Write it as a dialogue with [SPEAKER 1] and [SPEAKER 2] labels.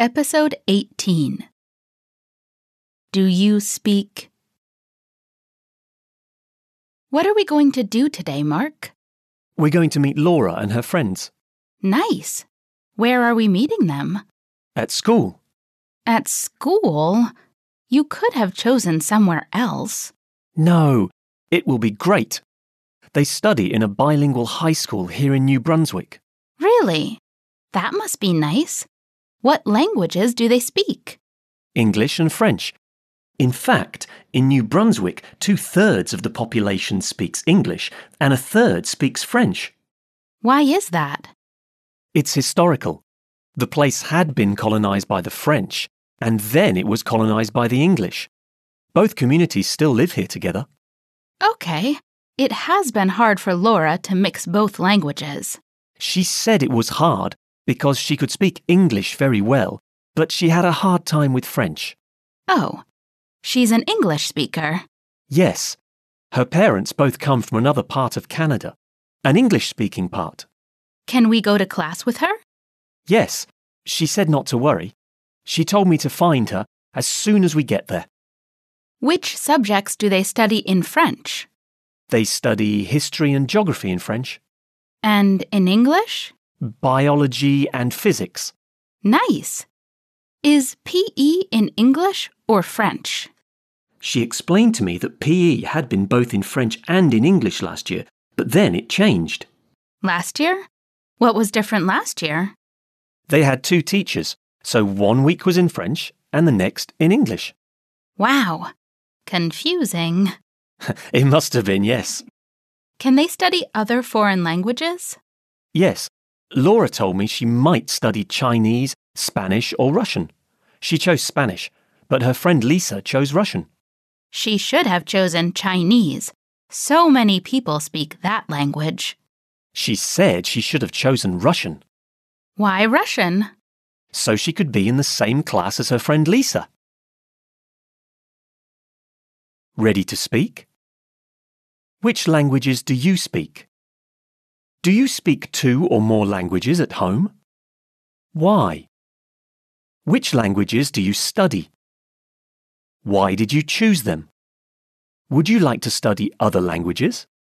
[SPEAKER 1] Episode 18 Do You Speak? What are we going to do today, Mark?
[SPEAKER 2] We're going to meet Laura and her friends
[SPEAKER 1] Nice. Where are we meeting them?
[SPEAKER 2] at school.
[SPEAKER 1] At school? You could have chosen somewhere else.
[SPEAKER 2] No, it will be great. They study in a bilingual high school here in New Brunswick.
[SPEAKER 1] Really? That must be nice. What languages do they speak?
[SPEAKER 2] English and French. In fact, in New Brunswick, two thirds of the population speaks English and a third speaks French.
[SPEAKER 1] Why is that?
[SPEAKER 2] It's historical. The place had been colonized by the French, and then it was colonized by the English. Both communities still live here together.
[SPEAKER 1] Okay. It has been hard for Laura to mix both languages.
[SPEAKER 2] She said it was hard because she could speak English very well, but she had a hard time with French.
[SPEAKER 1] Oh, she's an English speaker.
[SPEAKER 2] Yes, her parents both come from another part of Canada, an English speaking part.
[SPEAKER 1] Can we go to class with her?
[SPEAKER 2] Yes, she said not to worry. She told me to find her as soon as we get there.
[SPEAKER 1] Which subjects do they study in French?
[SPEAKER 2] They study history and geography in French,
[SPEAKER 1] And in English?
[SPEAKER 2] biology and physics.
[SPEAKER 1] Nice. Is PE in English or French?
[SPEAKER 2] She explained to me that PE had been both in French and in English last year, but then it changed.
[SPEAKER 1] Last year? What was different last year?
[SPEAKER 2] They had two teachers, so one week was in French and the next in English.
[SPEAKER 1] Wow. Confusing.
[SPEAKER 2] It must have been, yes.
[SPEAKER 1] Can they study other foreign languages?
[SPEAKER 2] Yes. Laura told me she might study Chinese, Spanish, or Russian. She chose Spanish, but her friend Lisa chose Russian.
[SPEAKER 1] She should have chosen Chinese. So many people speak that language.
[SPEAKER 2] She said she should have chosen Russian,
[SPEAKER 1] Why Russian?
[SPEAKER 2] so she could be in the same class as her friend Lisa. Ready to speak? Which languages do you speak? Do you speak two or more languages at home? Why? Which languages do you study? Why did you choose them? Would you like to study other languages?